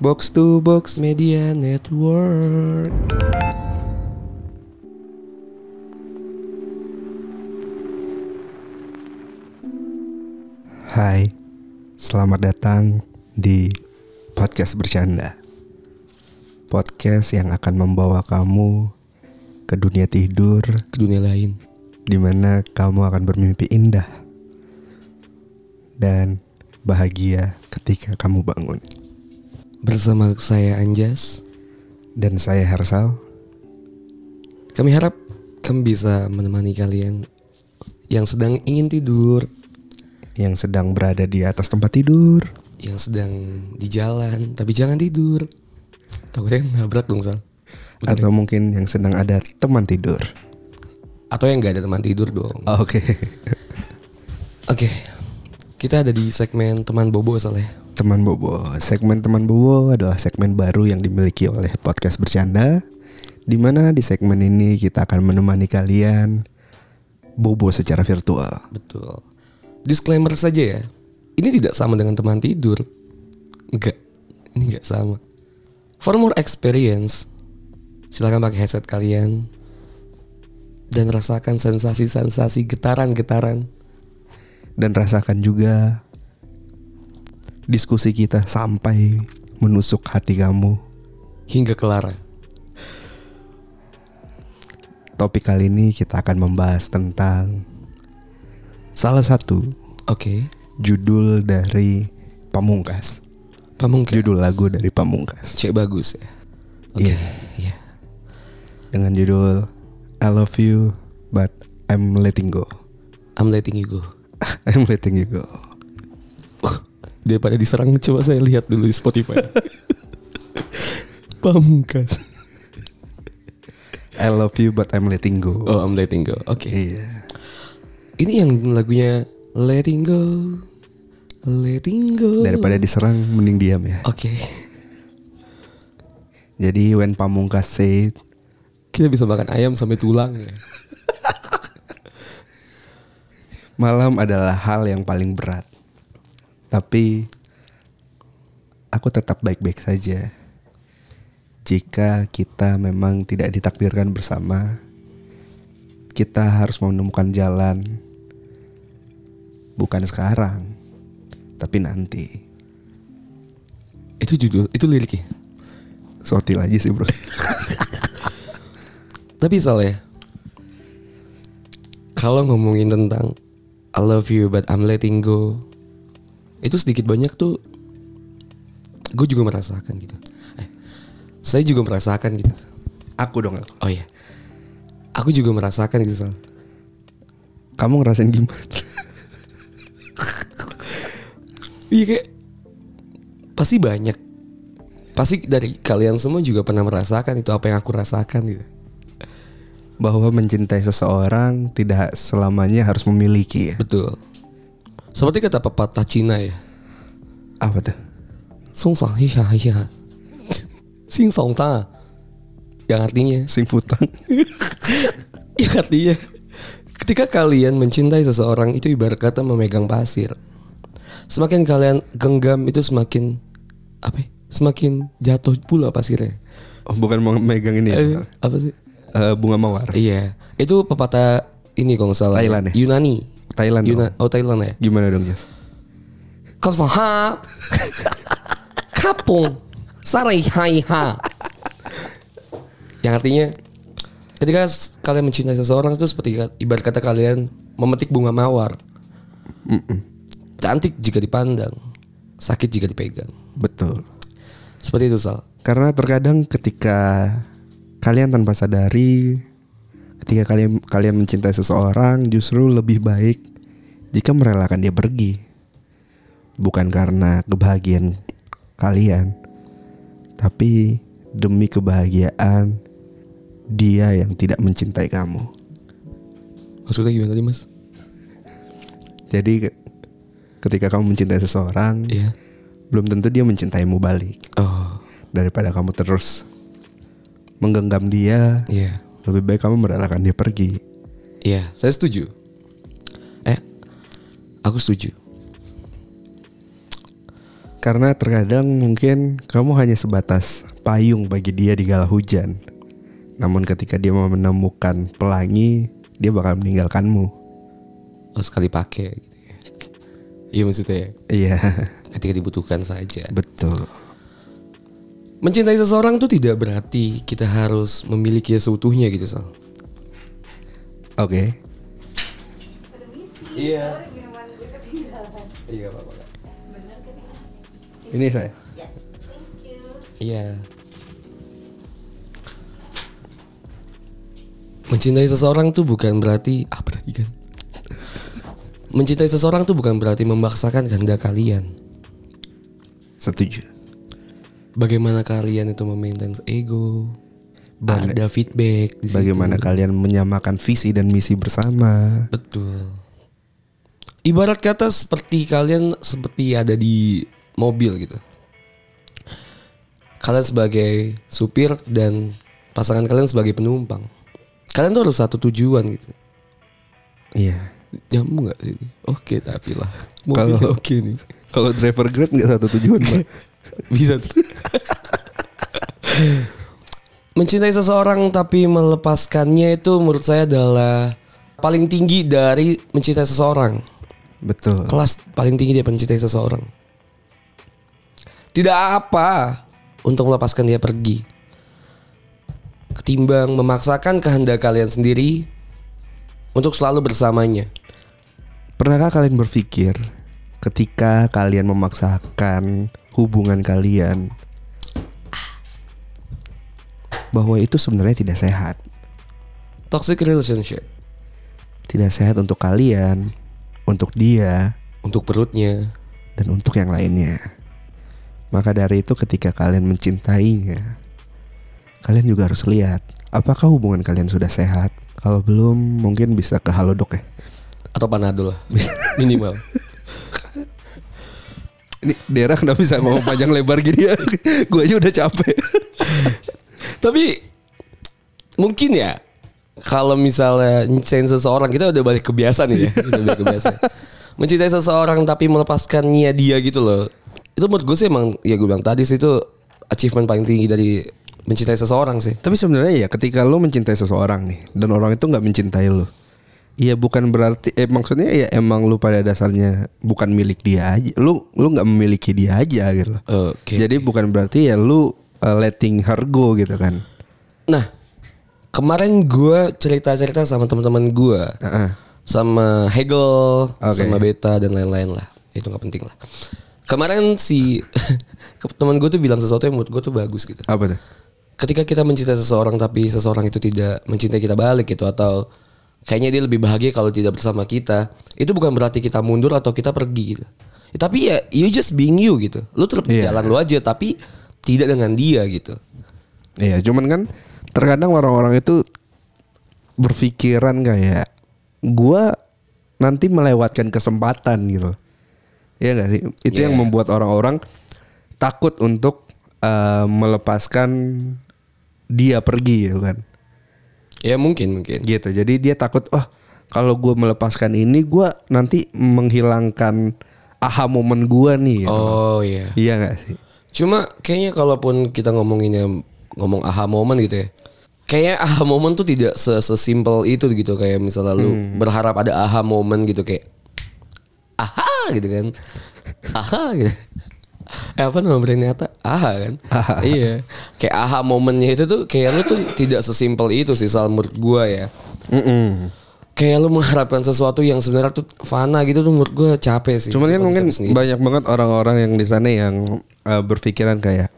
Box to Box Media Network. Hai, selamat datang di podcast bercanda. Podcast yang akan membawa kamu ke dunia tidur ke dunia lain. di mana kamu akan bermimpi indah dan bahagia ketika kamu bangun. Bersama saya Anjas, Dan saya Hersal kami harap kami bisa menemani kalian yang sedang ingin tidur, yang sedang berada di atas tempat tidur. yang sedang di jalan, tapi jangan tidur. Takutnya nabrak dong, Sal. atau mungkin yang sedang ada teman tidur. Atau yang nggak ada teman tidur dong. Oke. Oke, kita ada di segmen teman bobo, Sal ya. Teman Bobo. Segmen Teman Bobo adalah segmen baru yang dimiliki oleh podcast bercanda. Di mana di segmen ini kita akan menemani kalian bobo secara virtual. Betul. Disclaimer saja ya. Ini tidak sama dengan teman tidur. Enggak. Ini enggak sama. For more experience, silakan pakai headset kalian dan rasakan sensasi-sensasi getaran-getaran. Dan rasakan juga diskusi kita sampai menusuk hati kamu. hingga ke Lara. Topik kali ini kita akan membahas tentang salah satu Oke, judul dari Pamungkas. pamungkas. Judul lagu dari Pamungkas. Cek bagus ya. Oke, iya. dengan judul I Love You But I'm Letting Go. I'm letting you go. Oh, I'm Letting You Go. Daripada diserang, coba saya lihat dulu di Spotify. pamungkas. I Love You But I'm Letting Go. Oh, I'm letting go. Oke. Iya. Ini yang lagunya Letting Go, Letting Go. Daripada diserang mending diam ya. Oke, Jadi when Pamungkas said kita bisa makan ayam sampai tulang ya. malam adalah hal yang paling berat. Tapi aku tetap baik-baik saja. Jika kita memang tidak ditakdirkan bersama, kita harus menemukan jalan. Bukan sekarang, tapi nanti. Itu judul, itu liriknya. Sotil aja sih bro. Tapi salah ya. Kalau ngomongin tentang I love you but I'm letting go, itu sedikit banyak tuh. Gue juga merasakan gitu. Eh, saya juga merasakan gitu. aku dong. aku. Oh iya, aku juga merasakan gitu. Sal. Kamu ngerasain gimana? Iya kayak pasti banyak. Pasti dari kalian semua juga pernah merasakan itu apa yang aku rasakan gitu. Bahwa mencintai seseorang tidak selamanya harus memiliki ya. Betul. Seperti kata pepatah Cina ya. Apa tuh? Song sang hiya hiya. Sing song ta. Yang artinya, Sing putang. yang artinya ketika kalian mencintai seseorang itu ibarat kata memegang pasir. Semakin kalian genggam itu semakin apa? ya? Semakin jatuh pula pasirnya. Oh, bukan mau megang ini ya. Eh, apa sih? Eh, bunga mawar. Iya, itu pepatah ini kalau nggak salah. Thailand ya? Yunani. Thailand dong. Yuna- oh Thailand ya. Gimana dong Jas? Kau saha. Kapung. Sarai hai ha. Yang artinya ketika s- kalian mencintai seseorang itu seperti ka- ibarat kata kalian memetik bunga mawar. Cantik jika dipandang, sakit jika dipegang. Betul. Seperti itu Sal. Karena terkadang ketika kalian tanpa sadari ketika kalian kalian mencintai seseorang justru lebih baik jika merelakan dia pergi. Bukan karena kebahagiaan kalian, tapi demi kebahagiaan dia yang tidak mencintai kamu. Maksudnya gimana tadi Mas? Jadi ke- ketika kamu mencintai seseorang, Iya. belum tentu dia mencintaimu balik. Oh, daripada kamu terus menggenggam dia iya. lebih baik kamu merelakan dia pergi Iya, saya setuju. Eh, aku setuju. Karena terkadang mungkin kamu hanya sebatas payung bagi dia di kala hujan. Namun ketika dia mau menemukan pelangi, dia bakal meninggalkanmu. Oh sekali pakai gitu ya. Iya maksudnya ya, Iya, ketika dibutuhkan saja. betul. Mencintai seseorang tuh tidak berarti kita harus memiliki seutuhnya gitu Sal. Oke. Iya. Iya nggak apa-apa. Kak. Ini saya. Iya. Mencintai seseorang tuh bukan berarti ah berarti kan. Mencintai seseorang tuh bukan berarti memaksakan kehendak kalian. Setuju. Bagaimana kalian itu memaintain ego? Bane- Ada feedback di situ. Bagaimana kalian menyamakan visi dan misi bersama? Betul. Ibarat kata seperti kalian seperti ada di mobil gitu. Kalian sebagai supir dan pasangan kalian sebagai penumpang. Kalian tuh harus satu tujuan gitu. Iya. Jamu nggak sih? ini? Oke, tapi lah. Mobil Kalau- oke nih. Kalau driver grade nggak satu tujuan, Pak. Bisa. tuh. Mencintai seseorang tapi melepaskannya itu menurut saya adalah paling tinggi dari mencintai seseorang. Betul. kelas paling tinggi dia mencintai seseorang. Tidak apa untuk melepaskan dia pergi. Ketimbang memaksakan kehendak kalian sendiri untuk selalu bersamanya. Pernahkah kalian berpikir ketika kalian memaksakan hubungan kalian bahwa itu sebenarnya tidak sehat, Toxic relationship tidak sehat untuk kalian, untuk dia, untuk perutnya. dan untuk yang lainnya. Maka dari itu ketika kalian mencintainya, kalian juga harus lihat apakah hubungan kalian sudah sehat. Kalau belum mungkin bisa ke Halodoc ya. atau panadol lah minimal. Ini daerah kenapa bisa ngomong panjang lebar gini ya? Gue aja udah capek. Tapi mungkin ya kalau misalnya mencintai seseorang kita udah balik kebiasaan nih ya. Kita balik kebiasaan. mencintai seseorang tapi melepaskannya dia gitu loh. Itu menurut gue sih emang ya gue bilang tadi sih itu achievement paling tinggi dari mencintai seseorang sih. Tapi sebenarnya ya ketika lo mencintai seseorang nih dan orang itu nggak mencintai lo, ya bukan berarti eh maksudnya ya emang lu pada dasarnya bukan milik dia aja. Lu lu nggak memiliki dia aja gitu. loh. Oke. Jadi bukan berarti ya lu uh, letting her go gitu kan. Nah, kemarin gue cerita-cerita sama teman-teman gue, Heeh. sama Hegel, Oke. sama Beta dan lain-lain lah. Itu nggak penting lah. Kemarin si teman gue tuh bilang sesuatu yang menurut gue tuh bagus gitu. Apa tuh? Ketika kita mencintai seseorang tapi seseorang itu tidak mencintai kita balik gitu atau kayaknya dia lebih bahagia kalau tidak bersama kita, itu bukan berarti kita mundur atau kita pergi gitu. Ya, tapi ya you just being you gitu. Lu tetap di Iya. jalan lu aja tapi tidak dengan dia gitu. Iya, cuman kan terkadang orang-orang itu berpikiran kayak gua nanti melewatkan kesempatan gitu. Iya gak sih? Itu yang Iya. membuat orang-orang takut untuk eh, melepaskan dia pergi gitu kan. Ya mungkin mungkin. Gitu. Jadi dia takut, "Oh, kalau gua melepaskan ini gua nanti menghilangkan aha momen gua nih." gitu. Oh iya. Iya gak sih? Cuma kayaknya kalaupun kita ngomonginnya ngomong aha moment gitu ya. Kayaknya aha moment tuh tidak se- sesimpel itu gitu kayak misalnya lu Hmm. berharap ada aha moment gitu kayak aha gitu kan. Aha gitu. Eh, apa nama brandnya Ata? Aha kan? Iya. Kayak aha momennya itu tuh kayak lu tuh tidak sesimpel itu sih soal menurut gua ya. Mm-mm. Kayak lu mengharapkan sesuatu yang sebenarnya tuh fana gitu tuh menurut gua capek Iya, sih. Cuman kan Pasti mungkin capek sendiri. banyak banget orang-orang yang di sana yang uh, berpikiran kayak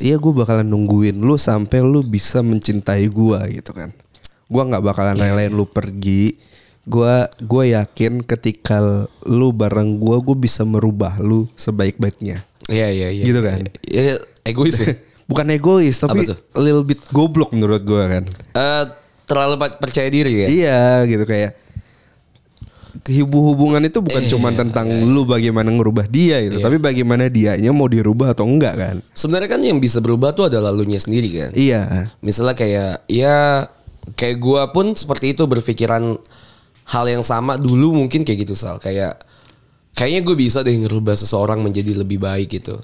iya gue bakalan nungguin lu sampai lu bisa mencintai gua gitu kan. Gua nggak bakalan Iya, relain lu pergi. Gua gua yakin ketika lu bareng gua gue bisa merubah lu sebaik-baiknya. Iya iya iya. Gitu kan? Iya, iya, egois ya. Bukan egois tapi Apa tuh? little bit goblok menurut gua kan. Eh, terlalu pa- percaya diri ya. Iya gitu kayak Hibu hubungan itu bukan Iya, cuman tentang lu bagaimana ngerubah dia gitu, tapi bagaimana dianya mau dirubah atau enggak kan? Sebenarnya kan yang bisa berubah tuh adalah lunya sendiri kan. Iya. Misalnya kayak ya kayak gua pun seperti itu berpikiran hal yang sama dulu mungkin kayak gitu Sal. Kayak kayaknya gue bisa deh ngerubah seseorang menjadi lebih baik gitu.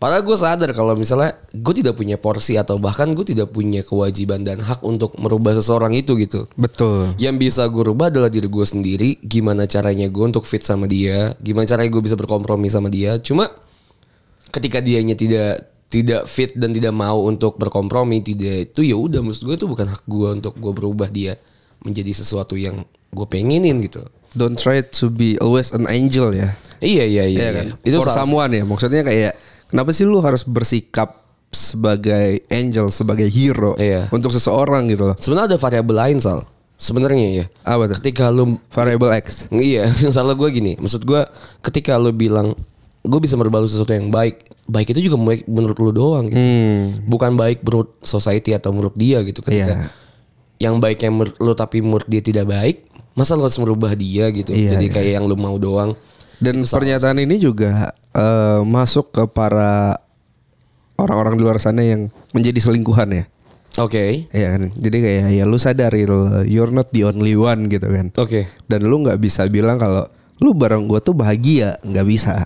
Padahal gue sadar kalau misalnya gue tidak punya porsi atau bahkan gue tidak punya kewajiban dan hak untuk merubah seseorang itu gitu. Betul. Yang bisa gue rubah adalah diri gue sendiri. Gimana caranya gue untuk fit sama dia. Gimana caranya gue bisa berkompromi sama dia. Cuma ketika dianya tidak tidak fit dan tidak mau untuk berkompromi tidak itu ya udah maksud gue itu bukan hak gue untuk gue berubah dia menjadi sesuatu yang gue pengenin gitu Don't try to be always an angel ya. iya iya Iya iya, iya. kan? itu For salah someone ya. Maksudnya kayak kenapa sih lu harus bersikap sebagai angel, sebagai hero Iya. untuk seseorang gitu loh. sebenarnya ada variabel lain sal sebenarnya ya Apa tuh? ketika lu Variable X. Iya, salah gue gini. Maksud gue, ketika lo bilang gue bisa merubah sesuatu yang baik, baik itu juga baik menurut lo doang gitu. Hmm. Bukan baik menurut society atau menurut dia gitu. Iya. Ketika yang baik yang menurut lo tapi menurut dia tidak baik, masa lo harus merubah dia gitu. Iya, Jadi kayak yang lo mau doang. Dan pernyataan ini juga eh, masuk ke para orang-orang di luar sana yang menjadi selingkuhan ya. Oke, Iya kan. Jadi kayak ya lu sadar Ril, you're not the only one gitu kan. oke, Dan lu nggak bisa bilang kalau lu bareng gua tuh bahagia, nggak bisa.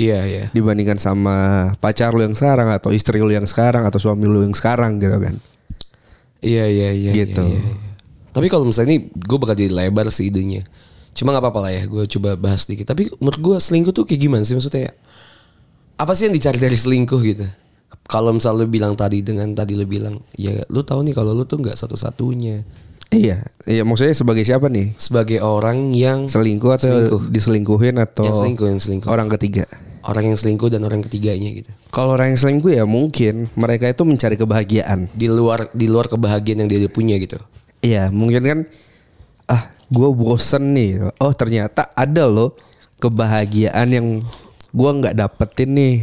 iya iya. Dibandingkan sama pacar lu yang sekarang atau istri lu yang sekarang atau suami lu yang sekarang gitu kan. Iya iya iya. Gitu. Iya, iya, iya. Tapi kalau misalnya ini gue bakal jadi lebar sih idenya. Cuma nggak apa-apa lah ya, gue coba bahas dikit. Tapi menurut gue selingkuh tuh kayak gimana sih maksudnya? ya? Apa sih yang dicari dari selingkuh gitu? Kalau misalnya lu bilang tadi dengan tadi lu bilang, ya lu tahu nih kalau lu tuh nggak satu-satunya Iya, iya maksudnya sebagai siapa nih? sebagai orang yang Selingkuh atau Selingkuh. diselingkuhin atau yang selingkuh yang selingkuh, orang ketiga? orang yang selingkuh dan orang ketiganya gitu. Kalau orang yang selingkuh ya mungkin mereka itu mencari kebahagiaan. Di luar di luar kebahagiaan yang dia punya gitu. Iya, mungkin kan ah gue bosen nih. Oh ternyata ada loh kebahagiaan yang gua nggak dapetin nih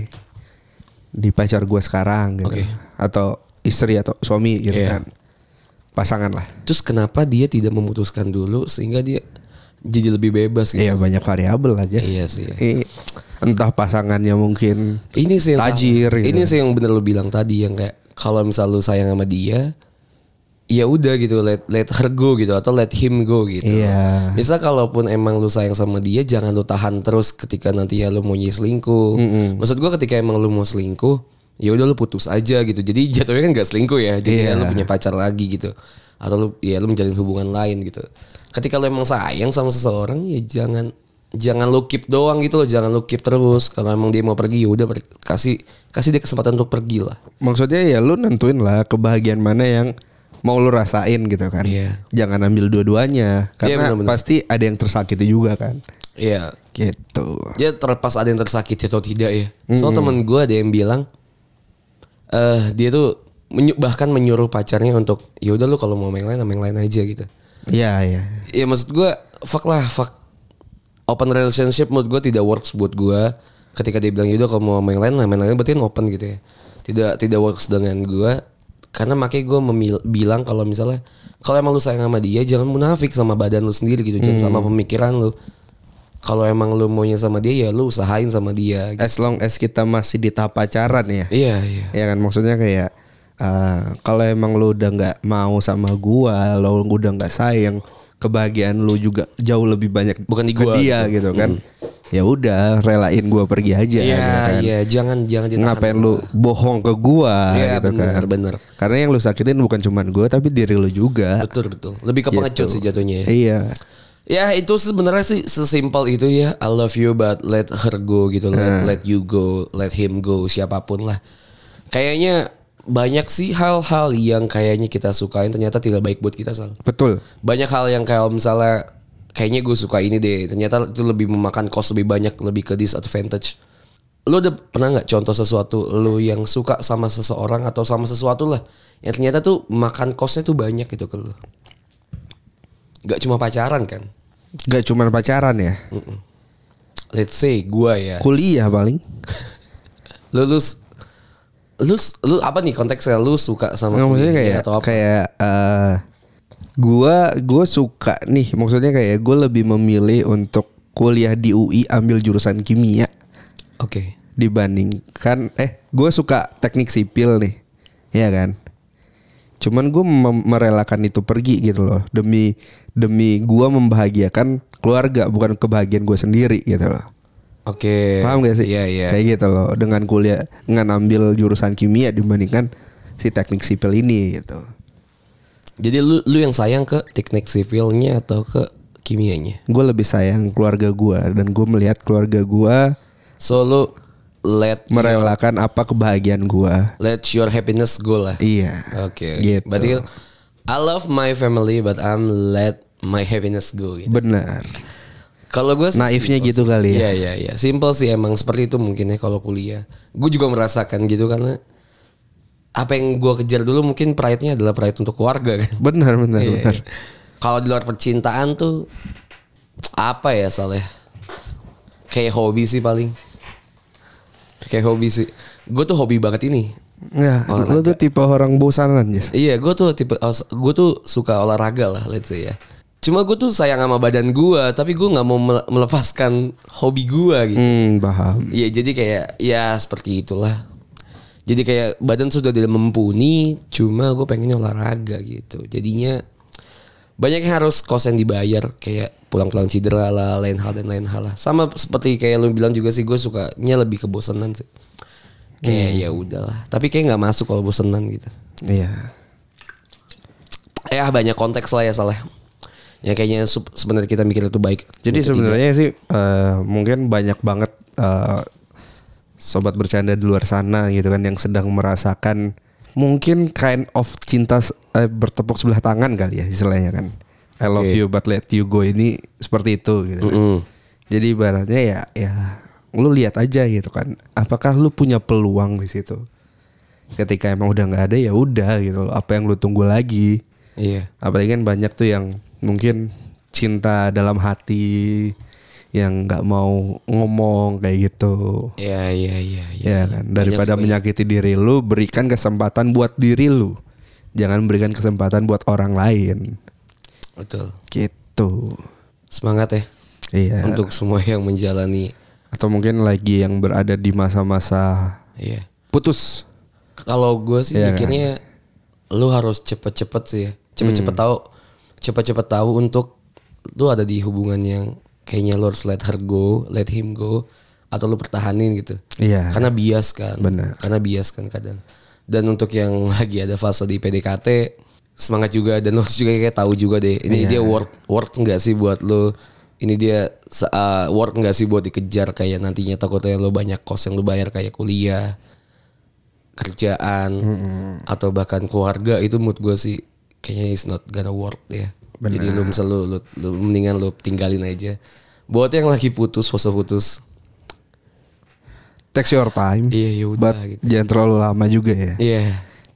di pacar gua sekarang gitu. Oke. Atau istri atau suami gitu Iya. kan. Pasangan lah. Terus kenapa dia tidak memutuskan dulu sehingga dia jadi lebih bebas gitu? Iya banyak variabel aja. Iya sih. ya. Eh, entah pasangannya mungkin Ini sih yang Tajir, salah. gitu. Iya, Ini sih yang bener lu bilang tadi yang kayak kalau misal lu sayang sama dia, ya udah gitu let let her go gitu atau let him go gitu. Iya. Misal kalaupun emang lu sayang sama dia, jangan lu tahan terus ketika nanti ya lu mau nyi selingkuh. Maksud gua ketika emang lu mau selingkuh, ya udah lu putus aja gitu. Jadi jatuhnya kan gak selingkuh ya. Jadi Iya. ya lu punya pacar lagi gitu. Atau lu ya lu menjalin hubungan lain gitu. Ketika lu emang sayang sama seseorang ya jangan jangan lu keep doang gitu loh, jangan lu keep terus. Kalau emang dia mau pergi ya udah per- kasih kasih dia kesempatan untuk pergi lah. maksudnya ya lu nentuin lah kebahagiaan mana yang mau lu rasain gitu kan. Iya. Jangan ambil dua-duanya karena benar-benar. pasti ada yang tersakiti juga kan. Iya. Gitu. dia terlepas ada yang tersakiti atau tidak ya. Soal temen gue ada yang bilang eh dia tuh menyu- bahkan menyuruh pacarnya untuk ya udah lu kalau mau main lain sama yang lain aja gitu. Iya iya. Ya maksud gue fuck lah fuck open relationship menurut gue tidak works buat gue. Ketika dia bilang yaudah kalau mau main lain lah main lain berarti kan open gitu ya. Tidak tidak works dengan gue karena makanya gue memil- bilang kalau misalnya kalau emang lu sayang sama dia jangan munafik sama badan lu sendiri gitu jangan Hmm. sama pemikiran lu kalau emang lu maunya sama dia ya lu usahain sama dia gitu. As long as kita masih di tahap pacaran ya. iya iya Ya kan maksudnya kayak eh, kalau emang lu udah nggak mau sama gua, lo udah nggak sayang, kebahagiaan lu juga jauh lebih banyak Bukan di ke gua, Hmm. dia gitu, kan. Ya udah relain gua pergi aja iya gitu kan. iya jangan jangan ditahan Ngapain lu bohong ke gua iya gitu benar kan. benar Karena yang lu sakitin bukan cuman gua tapi diri lu juga. betul betul lebih ke pengecut sih jatuhnya ya. Iya. Ya itu sebenarnya sih sesimpel itu ya I love you but let her go gitu let, let you go let him go siapapun lah kayaknya banyak sih hal-hal yang kayaknya kita sukain ternyata tidak baik buat kita sal Betul. banyak hal yang kalau misalnya kayaknya gue suka ini deh ternyata itu lebih memakan cost lebih banyak lebih ke disadvantage lo udah pernah nggak contoh sesuatu lo yang suka sama seseorang atau sama sesuatu lah yang ternyata tuh makan costnya tuh banyak gitu ke lo Gak cuma pacaran kan Gak cuman pacaran ya. let's say gue ya Kuliah paling. lulus lulus lu apa nih konteksnya lu suka sama Nggak, maksudnya kuliah kayak atau apa kayak eh, gua gua suka nih maksudnya kayak gue lebih memilih untuk kuliah di UI ambil jurusan kimia oke dibandingkan eh gue suka teknik sipil nih ya kan Iya Cuman gue merelakan itu pergi gitu loh demi demi gue membahagiakan keluarga bukan kebahagiaan gue sendiri gitu loh. Oke. Paham gak sih? Iya iya. Kayak gitu loh dengan kuliah dengan ambil jurusan kimia dibandingkan si teknik sipil ini gitu. Jadi lu lu yang sayang ke teknik sipilnya atau ke kimianya? Gue lebih sayang keluarga gue dan gue melihat keluarga gue So lu let merelakan apa kebahagiaan gue. let your happiness go lah. Iya. Oke. Gitu. Berarti kan, I love my family but I'm let my happiness go. gitu. Benar. Kalau gue sih Naifnya simple gitu sih. kali ya. Iya iya iya. Simple sih emang seperti itu mungkin ya kalau kuliah. Gue juga merasakan gitu karena apa yang gue kejar dulu mungkin pride-nya adalah pride untuk keluarga kan. Benar benar Iya, benar. iya. Kalau di luar percintaan tuh apa ya Saleh? Kayak hobi sih paling. Kayak hobi sih. Gue tuh hobi banget ini. Nggak, lu tuh tipe orang bosanan, Jess. Iya, gue tuh tipe gue tuh suka olahraga lah, let's say ya. Cuma gue tuh sayang sama badan gue, tapi gue nggak mau mele- melepaskan hobi gue gitu. Hmm, paham. Iya jadi kayak ya seperti itulah. Jadi kayak badan sudah tidak mumpuni, cuma gue pengennya olahraga gitu. Jadinya banyak yang harus kos yang dibayar kayak pulang-pulang cedera lah, lain hal dan lain hal lah. Sama seperti kayak lu bilang juga sih gue sukanya lebih kebosanan sih. Kayak Hmm. ya udahlah. Tapi kayak nggak masuk kalau bosenan gitu. Iya. Ya banyak konteks lah ya salah. Ya kayaknya sup- sebenarnya kita mikir itu baik. Jadi sebenarnya sih eh, mungkin banyak banget eh, sobat bercanda di luar sana gitu kan yang sedang merasakan mungkin kind of cinta s- eh, bertepuk sebelah tangan kali ya istilahnya kan. I love you but let you go ini seperti itu gitu. kan. Mm. Jadi ibaratnya ya ya lu lihat aja gitu kan. Apakah lu punya peluang di situ? Ketika emang udah nggak ada ya udah gitu loh. Apa yang lu tunggu lagi? Iya. apalagi kan banyak tuh yang mungkin cinta dalam hati yang nggak mau ngomong kayak gitu Iya iya iya. iya. ya kan daripada menyakiti diri lu berikan kesempatan buat diri lu jangan berikan kesempatan buat orang lain Betul. gitu Semangat ya. iya untuk semua yang menjalani atau mungkin lagi yang berada di masa-masa ya putus kalau gue sih Iya kan? mikirnya lu harus cepet-cepet sih ya cepet-cepet tahu cepet-cepet tahu untuk lu ada di hubungan yang kayaknya lu harus let her go let him go atau lu pertahanin gitu iya karena bias kan Benar. karena bias kan kadang dan untuk yang lagi ada fase di PDKT semangat juga dan lu harus juga kayak tahu juga deh ini Iya. dia worth worth nggak sih buat lu ini dia se- uh, worth nggak sih buat dikejar kayak nantinya takutnya lu banyak kos yang lu bayar kayak kuliah kerjaan atau bahkan keluarga itu mood gue sih kayaknya it's not gonna work ya jadi lu misal lu, lu- lu mendingan lu tinggalin aja buat yang lagi putus fase putus take your time iya ya udah but gitu jangan terlalu lama juga ya iya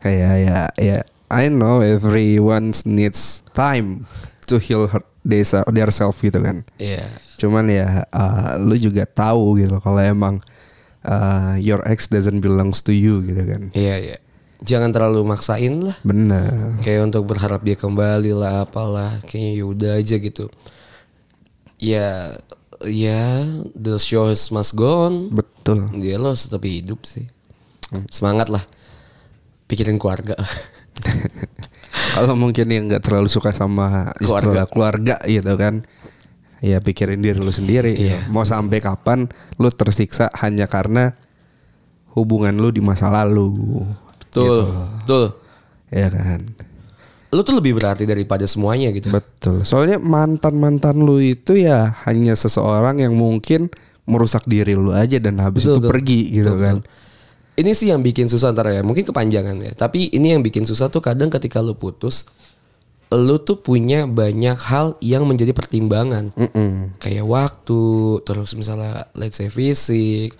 kayak ya ya I know everyone needs time to heal her, they, their self gitu kan Iya. cuman ya uh, lu juga tahu gitu kalau emang uh, your ex doesn't belongs to you gitu kan Iya, iya. Jangan terlalu maksain lah. bener Kayak untuk berharap dia kembali lah apalah. Kayaknya yaudah aja gitu. Ya, ya the show must go on. betul Dia lo harus tetap hidup sih. Semangat lah. Pikirin keluarga. kalau mungkin yang nggak terlalu suka sama istilah keluarga gitu kan ya pikirin diri lu sendiri gitu. mau sampai kapan lu tersiksa hanya karena hubungan lu di masa lalu Gitu. Betul, betul. ya kan Lu tuh lebih berarti daripada semuanya gitu. Betul. Soalnya mantan-mantan lu itu ya hanya seseorang yang mungkin merusak diri lu aja dan habis itu pergi gitu kan. Ini sih yang bikin susah antara ya, mungkin kepanjangan ya. Tapi ini yang bikin susah tuh kadang ketika lu putus, lu tuh punya banyak hal yang menjadi pertimbangan. Kayak waktu, terus misalnya let's say fisik,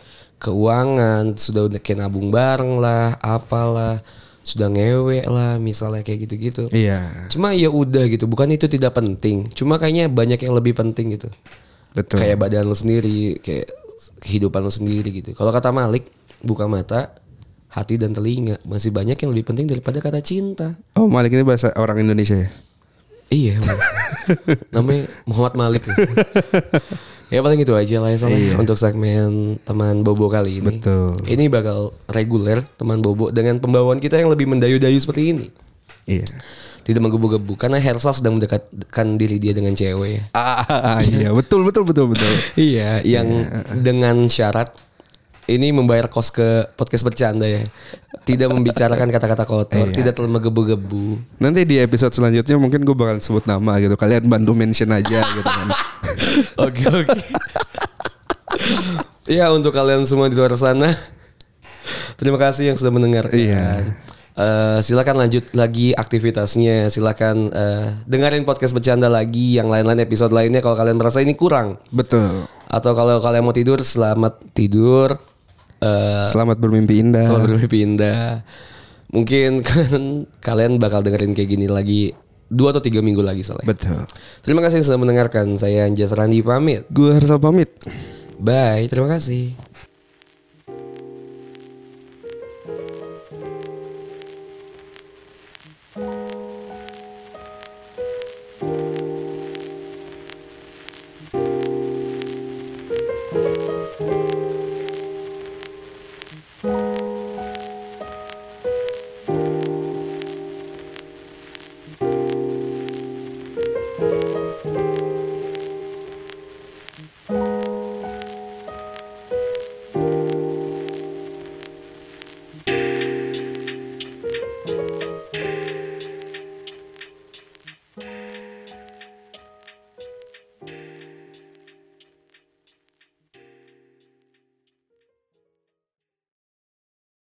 keuangan, sudah udah kayak nabung bareng lah, apalah, sudah ngewek lah, misalnya kayak gitu-gitu. Iya. Cuma ya udah gitu, bukan itu tidak penting. Cuma kayaknya banyak yang lebih penting gitu Betul. kayak badan lu sendiri, kayak kehidupan lu sendiri gitu. Kalau kata Malik, buka mata, hati dan telinga masih banyak yang lebih penting daripada kata cinta. Oh, Malik ini bahasa orang Indonesia ya. Iya, emang. namanya Muhammad Malik. ya. ya paling itu aja lah ya Saleh, untuk segmen teman bobo kali ini. Betul. Ini bakal reguler teman bobo dengan pembawaan kita yang lebih mendayu-dayu seperti ini. Iya. Tidak menggebu-gebu karena Hersa sedang mendekatkan diri dia dengan cewek ya. Ah, iya, betul betul betul betul. Iya, yang dengan syarat ini membayar kos ke podcast bercanda ya. Tidak membicarakan kata-kata kotor, tidak terlalu menggebu-gebu. Nanti di episode selanjutnya mungkin gue bakal sebut nama gitu. Kalian bantu mention aja gitu kan. Oke, oke. Ya, untuk kalian semua di luar sana. Terima kasih yang sudah mendengarkan. Iya. Eh, silakan lanjut lagi aktivitasnya. Silakan eh, dengerin podcast bercanda lagi yang lain-lain episode lainnya kalau kalian merasa ini kurang. Betul. Atau kalau kalian mau tidur, selamat tidur. Eh, Selamat bermimpi indah. selamat bermimpi indah. Mungkin kan kalian bakal dengerin kayak gini lagi dua atau tiga minggu lagi soalnya. Betul. Terima kasih yang sudah mendengarkan. Saya Anjas Randi pamit. Gue harus pamit. Bye. Terima kasih.